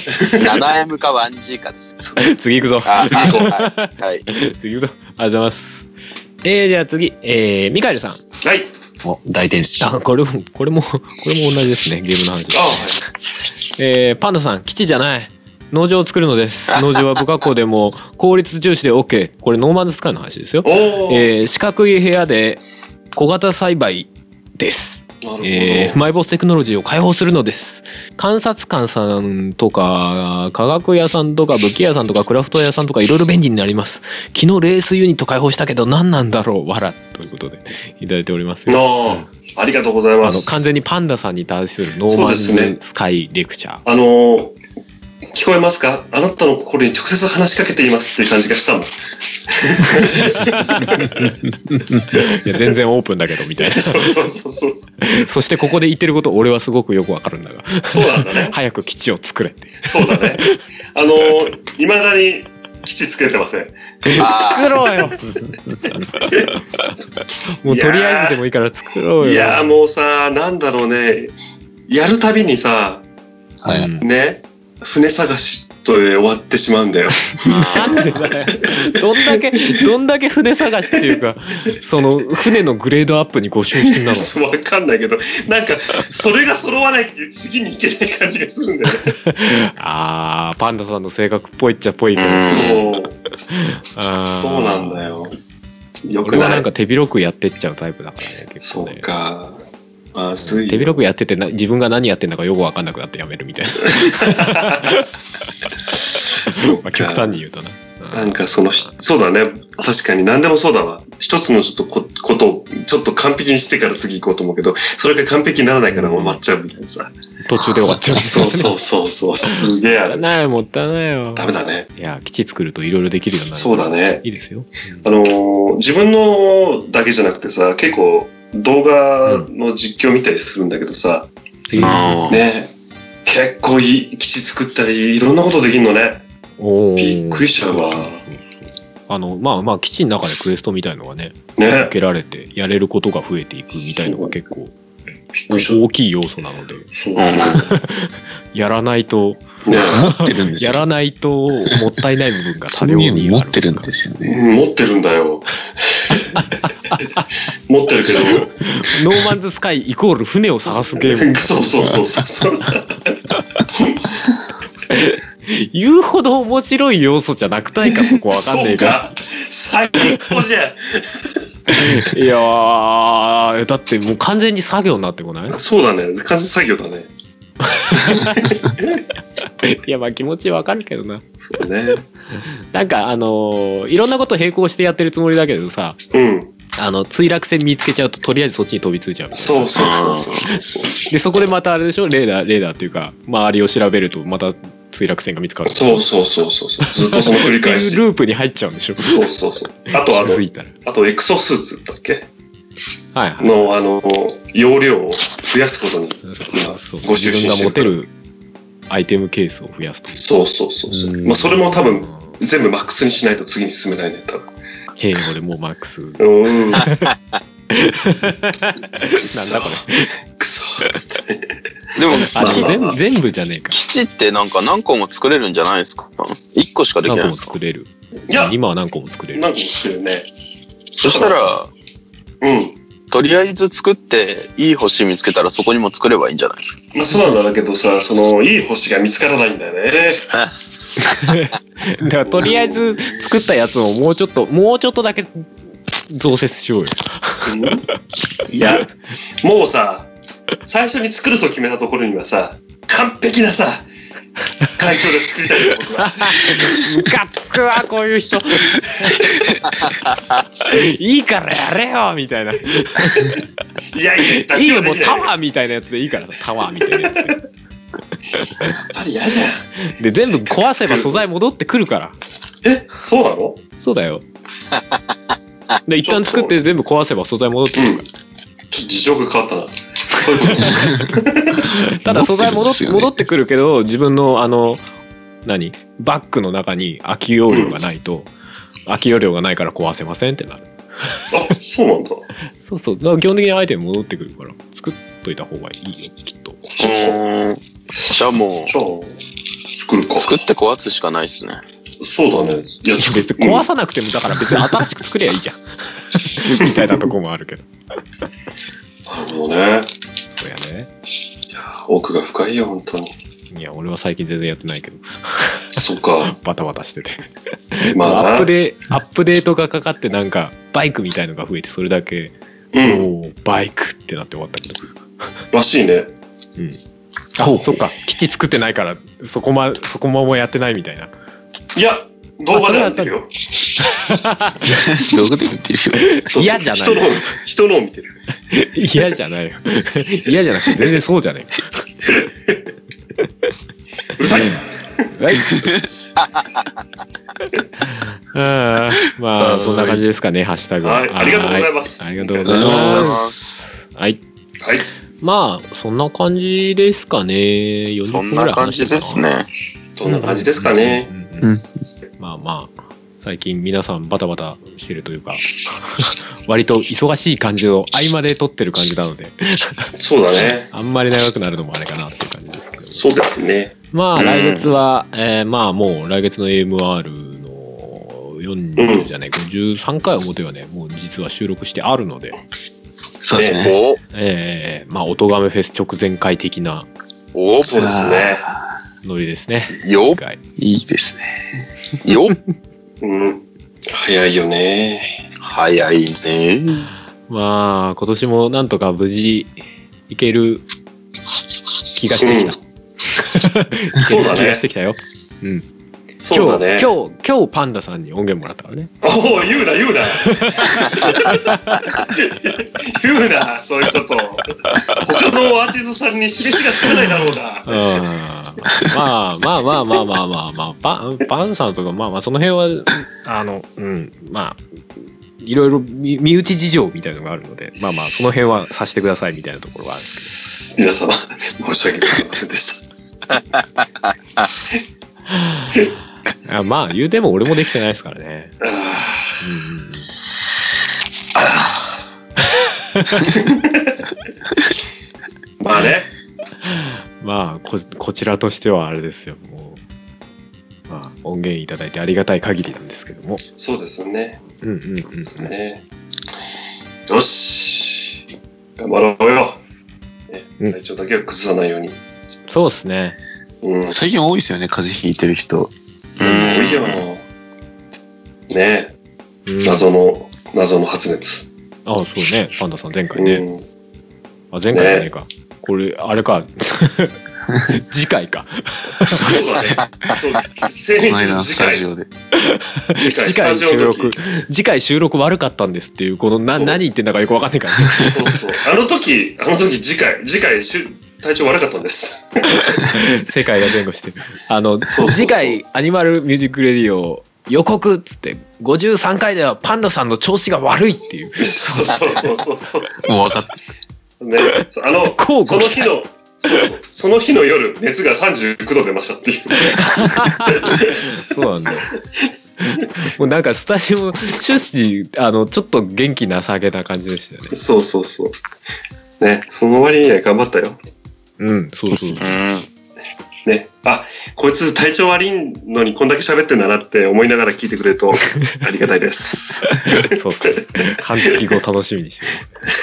S4: 7M か 1G かです。
S3: 次行くぞ。
S4: あ、あはい。はい。
S3: 次行くぞ。ありがとうございます。えー、じゃあ次、えー、ミカエルさん。
S1: はい。
S5: お、大天使。
S3: あ、これも、これも、これも同じですね。ゲームの話です
S1: ああ、
S3: えーパンダさん基地じゃない農場を作るのです農場は不格好でも効率重視で OK これノーマンズスカイの話ですよ、
S1: はい。おお、
S3: えー四角い部屋で小型栽培です、
S1: な
S3: え
S1: る
S3: ーマイボステクノロジーを開放するのです観察官さんとか化学屋さんとか武器屋さんとかクラフト屋さんとかいろいろ便利になります昨日レースユニット開放したけど何なんだろうわらということでいただいております
S1: ほ
S3: よ
S1: ど。なあ、ありがとうござ
S3: あ
S1: いま
S3: の
S1: す。
S3: 完全にパンダさんに対するノーマンズスカイレクチャー
S1: あのー聞こえますかあなたの心に直接話しかけていますっていう感じがしたもん。
S3: いや全然オープンだけどみたい な
S1: そうそうそうそう。
S3: そしてここで言ってること俺はすごくよくわかるんだが
S1: そうなんだね。
S3: 早く基地を作れって
S1: そうだね。あの、いまだに基地作れてません。
S4: あ
S3: 作ろうよ もうとりあえずでもいいから作ろうよ
S1: いやーもうさ、なんだろうね。やるたびにさ、
S5: は
S3: う
S5: い。
S3: ん
S1: ね、船探しとで終わってしまうんだ よ。
S3: なんでだよどんだけどんだけ船探しっていうかその船のグレードアップにご集中なの
S1: そうわかんないけど、なんか、それが揃わないと次に行けない感じがするんだよね。
S3: あーパンダさんの性格っぽいっちゃっぽいけど、
S4: うん
S1: そう。
S3: あー
S1: そうなんだよ。よく
S3: 俺は
S1: な
S3: ないん。か手広くやってっちゃうタイプだからね結
S1: そ
S3: 構
S1: う
S3: ね
S1: か。まずいよ。
S3: 手広くやっててな自分が何やってんだかよく分かんなくなってやめるみたいな、
S1: そうか
S3: まあ、極端に言うとな
S1: なんかそのひ、そうだね。確かに何でもそうだわ。一つのちょっとこことをちょっと完璧にしてから次行こうと思うけど、それが完璧にならないからもう待っちゃうみたいなさ。
S3: 途中で終わっちゃう
S1: そうそうそうそう。すげえあ
S3: もったい
S1: る。
S3: ないもったいないよ
S1: ダメだね。
S3: いや基地作るといろいろできるようになる
S1: そうだね。
S3: いいですよ
S1: あのー自分のだけじゃなくてさ、結構動画の実況見たりするんだけどさ、
S4: あ。
S1: ね、結構いい、基地作ったり、いろんなことできるのね。
S3: おー
S1: びっくりしちゃうわ
S3: そうそうそうあのまあまあ基地の中でクエストみたいのがね
S1: ね
S3: 受。けられてやれることが増えていくみたいのが結構
S1: びっくりしちゃう。
S3: 大きい要素なので
S1: そう
S3: やらないと
S1: ね
S5: 持ってるんです
S3: や
S5: よ。
S3: らないともったいない部分が多
S5: そ
S3: 量
S5: のゲ
S3: に
S5: ーム
S3: あ
S5: 持
S3: る
S5: ってるんですよね。
S1: うん持ってるんだよ。持ってるけど。
S3: ノーマンズスカイイコール船を探すゲー ム
S1: そうそうそうそう。
S3: 言うほど面白い要素じゃなくないかそこわかんね
S1: そ
S3: え
S1: う
S3: から
S1: か。最高じゃ
S3: いやーだってもう完全に作業になって こない
S1: ん。そうだね。完全作業だね。
S3: いやまあ気持ちわかるけどな
S1: そうね。
S3: なんかあのーいろんなこと並行してやってるつもりだけどさ
S1: うん。
S3: あの墜落線見つけちゃうととりあえずそっちに飛びついちゃうみたいな
S1: そうそうそうそうそう。
S3: でそこでまたあれでしょレーダーレーダーっていうか周りを調べるとまた墜落線が見つかる
S1: そうそうそうそうそう。ずっとその繰り
S3: って
S1: 返
S3: い
S1: し
S3: う。ループに入っちゃうんでしょ
S1: そうそうそう。あとあ
S3: 気づ
S1: の、
S3: いたら
S1: あとエクソスーツだっけ
S3: はいはい
S1: の、あの、容量を増やすことに。
S3: そうそう
S1: ご就
S3: 自
S1: 寝し
S3: 分が
S1: てる
S3: 持てるアイテムケースを増やすと
S1: そうそうそうそう。
S5: うん
S1: まあそれも多分、全部マックスにしないと次に進めないね、多分。
S3: へえ俺もうマックスなんだ
S1: うん。なんだ
S3: これ
S1: くそつって
S4: でも、
S3: あ
S1: まあまあ
S3: 全部全部じゃねえか
S4: 基地ってなんか何個も作れるんじゃないですか一個しかでき
S3: 何
S4: な
S3: 個
S4: いん
S3: も
S4: ですか
S3: 作れる
S1: いや、
S3: 今は何個も作れる
S1: なんか言ってるね。
S4: そしたら、
S1: うん。
S4: とりあえず作って、いい星見つけたらそこにも作ればいいんじゃないですか。
S1: まあそうなんだけどさ、その、いい星が見つからないんだよね。
S3: だからとりあえず作ったやつをもうちょっともうちょっとだけ増設しようよ
S1: いや、もうさ、最初に作ると決めたところにはさ、完璧なさ、環境で作りたいよ、僕は。
S3: ムカつくわこういう人いいからやれよみたいない
S1: いやいや、妥
S3: い
S1: 協
S3: よ
S1: で
S3: もう
S1: きない
S3: タ
S1: や
S3: ワーみたいなやつでいいからさタワーみたいなやつで
S1: っぱり嫌じゃん。
S3: で全部壊せば素材戻ってくるから
S1: え、そうなの
S3: そう だよで一旦作って全部壊せば素材戻ってくるか
S1: ちょっと事情が変わったな。そういうこと
S3: らただ素材戻っ
S5: 持ってるんですよね
S3: 戻ってくるけど自分のあの何バッグの中に空き容量がないと空き容量がないから壊せませんってなる
S1: あ、そうなんだ。
S3: そうそうだから基本的にアイテム戻ってくるから作っといた方がいいよきっ と
S4: うん。じゃあも
S1: じゃあ、作るか
S4: う、。作って壊すしかないですね。
S1: そうだね。いや、
S3: 別に壊さなくてもだから別に新しく作りゃいいじ ゃんみたいなとこもあるけど
S1: なるほどね。
S3: そうやね
S1: 奥が深いよ、本当に。
S3: いや俺は最近全然やってないけど
S1: そ っか。
S3: バタバタしてて
S1: まあな、
S3: アップデアップデートがかかってなんかバイクみたいのが増えてそれだけ、
S1: うん。
S3: おーバイクってなって終わったけど
S1: らしいね。
S3: あ
S5: ほう
S3: そっか基地作ってないからそこまそこまもやってないみたいない
S1: や、動画でやって るよ。
S5: ログで見てるよ。
S1: そうそう
S3: 嫌じゃない
S1: 人のを、人のを見てる。
S3: 嫌じゃないよ嫌じゃなくて全然そうじゃないう
S1: るさい。
S3: はいあーまあ、そんな感じですかね、ハッシュタグは。
S1: はい、ありがとうございます。
S3: はいありがとうご
S5: あ
S3: ざ
S5: り
S3: い
S5: がとうござい
S3: ま。
S5: ます
S3: はい。
S1: はい。
S3: まあ、そんな感じですかね。40
S4: そ
S3: 分
S4: ん
S3: ぐら
S4: ない感
S3: 話し
S4: じ
S3: たかな
S4: です。ね。
S1: そんな感じですかね。
S3: うんうん
S5: うん
S3: まあまあ、最近皆さんバタバタしてるというか、 割と忙しい感じの合間で撮ってる感じなので、
S1: そうだね。
S3: あんまり長くなるのもあれかなっていう感じですけど。
S1: そうですね。
S3: まあ
S4: うん
S3: 来月は、えーまあもう来月の AMR の40じゃない、53回表はね、もう実は収録してあるので、
S5: そうですね。
S4: お
S3: えーまあ、おとがめフェス直前回的な
S4: お
S1: そうですね。
S3: ノリですね。
S4: よ
S3: 今回
S5: いいですね。
S4: よ
S1: うん。早いよね。
S4: 早いね。
S3: まあ、今年もなんとか無事いける気がしてきた。
S1: そうだ
S3: いける気が
S1: ね
S3: し。てきたよ。
S1: そうだね。
S3: 今日、今日、今日パンダさんに音源もらったからね。
S1: おお、言うな、言うな。言うな、そういうこと。他のアーティストさんに示しがつかないだろうな。
S3: まあまあまあまあまあまあまあ、パン、パンさんとか、まあまあその辺は、あの、うん、まあ、いろいろ身身内事情みたいのがあるので、まあまあその辺はさしてくださいみたいなところはある。
S1: 皆様、申し訳ございませんでした。
S3: あまあ言うても俺もできてないですからね。
S1: あ
S3: うんうんうん
S1: ーまあね、
S3: まあこ、こちらとしてはあれですよ、もう。まあ音源いただいてありがたい限りなんですけども。
S1: そうですよね。
S3: うんうんうんうん。
S1: ねよし。頑張ろうよ。
S3: う
S1: ね
S3: ん
S1: 体調だけは崩さないように。
S3: そうですね。
S1: うん。
S5: 最近多いですよね、風邪ひいてる人。
S1: 多いよ。ね
S3: うん、あ、そう
S1: 謎の、謎の発熱。
S3: ね。パンダさん前回ね。
S1: うん。
S3: あ、前回じゃねえか。これ、あれか。 次回か。
S1: そうだね。そう。
S5: こ
S1: 先日
S5: の間の
S1: 次
S5: スタ
S1: 回
S5: ジ。オで。
S1: 次
S3: 次回収録
S1: 時。、
S3: 次回収録悪かったんですっていう、このな、
S1: そう
S3: 何言ってんだかよくわかんない からね。
S1: そうそう。あの時、あの時、次回、次回、しゅ体調悪かったんです。
S3: 世界が前後してる。あの、
S1: そうそう
S3: 次回、アニマルミュージックレディオ予告っつって、53回ではパンダさんの調子が悪いっていう。
S1: そうそうそうそうそう。
S5: もう分かって
S1: ね、あの、
S3: 交互
S1: その
S3: 期
S1: 日
S3: 待
S1: の、そうそうその日の夜、熱が39度出ましたっていう。
S3: そうなんだよ。もうなんかスタジオ終始あのちょっと元気なさげな感じでしたよね。
S1: そうそうそう。ね、その割には頑張ったよ。
S3: うん、そうそう。
S4: うん。
S1: ね、あ、こいつ体調悪いのにこんだけ喋ってんだなって思いながら聞いてくれる とありがたいです。
S3: そうっすね。半月後楽しみにして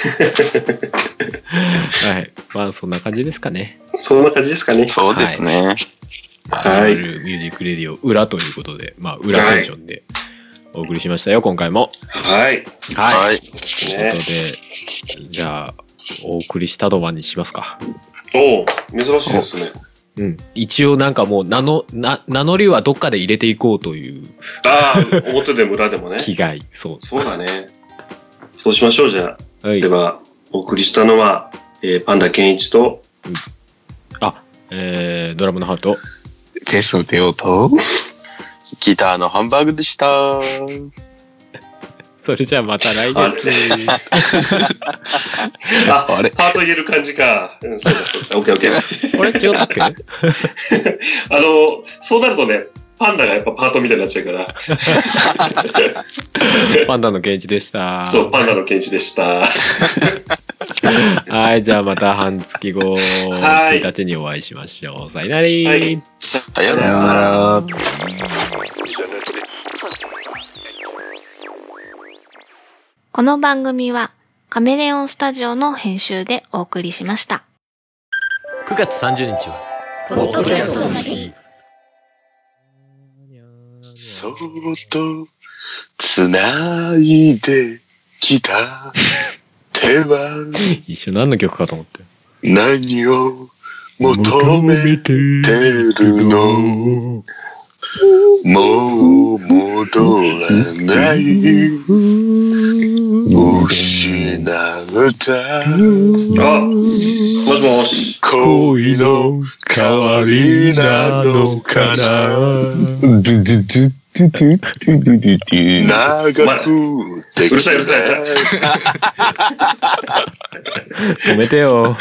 S3: ます。はい。まあそんな感じですかね。
S1: そんな感じですかね。
S4: そうですね。
S1: はい
S3: アニマルミュージックレディオ裏ということで、まあ裏テンションでお送りしましたよ、今回も。
S1: はい。
S3: はい。
S4: はい。
S3: という
S1: ね
S3: ことで、じゃあ、お送りしたドバにしますか。
S1: おう珍しいですね。
S3: うん。一応なんかもう名の、な名乗りはどっかで入れていこうという
S1: ああ、表でも裏 でもね。
S3: 気概、そう。
S1: そうだね。そうしましょう、じゃあ。
S3: はい
S1: で。は、お送りしたのは、えーパンダケンイチと、
S3: あ、えー、ドラムのハート。
S5: ベースの手をと。
S4: ギターのハンバーグでした。
S3: それじゃあまた来
S1: あれ
S3: 月。
S1: あ、
S5: あれ
S1: ハート入れる感じか。うん、そうだそうだ。オッケーオッケー。
S3: これ違ったっ け
S1: あの、そうなるとね、パンダがやっぱパートみたいになっちゃうから、
S3: パンダの現地でした。
S1: そう、パンダのケンイチでした。
S3: はい、じゃあまた半月後、
S1: はい
S3: 1日にお会いしましょう。さよなら。
S1: はい
S4: さよ
S5: さ
S4: な
S5: よ
S4: ら。
S5: なら。
S2: この番組はカメレオンスタジオの編集でお送りしました。
S6: 9月30日は
S7: ポッドキャストの日
S4: そっと、つないできた手は
S3: 一緒何の曲かと思って。
S4: 何を求めてるのもう戻らない。失なのじゃ
S1: あ、もしもし。
S4: 恋の代わりなのか
S5: ドゥドゥドゥドゥドゥドゥドゥドゥ
S4: 長くて
S1: うるさいうるさい。
S3: 止めて よ。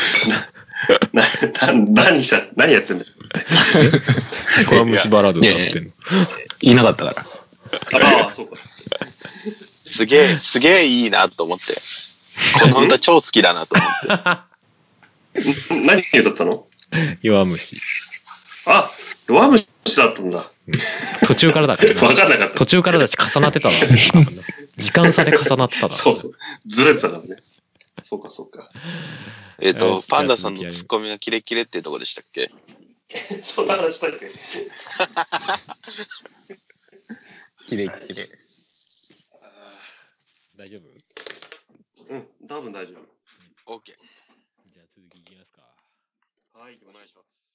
S1: な、な、何しゃ、何やってんだよ。
S3: 弱虫バラード歌ってんの。
S5: いなかったから。
S1: ああ、そうか。
S4: すげえ、すげえいいなと思って。この歌超好きだなと思って。
S1: ん何歌ったの
S3: 弱虫。
S1: あ、弱虫だったんだ。
S3: 途中からだから
S1: わ
S3: な。
S1: かんなかっ
S3: 途中からだし重なって たな。時間差で重なってたな。
S1: た。そうそう。ずれてたからね。そうか、そうか。
S4: え
S3: え
S4: っ と
S3: ー、
S4: パンダさんのツッコミがキレキレってとこでしたっけ
S1: そんな話だっけ
S5: きれいきれい。
S3: 大丈夫
S1: うん、多分大丈夫。
S4: オッケ
S3: じゃあ続きいきますか。
S1: はい、お願いします。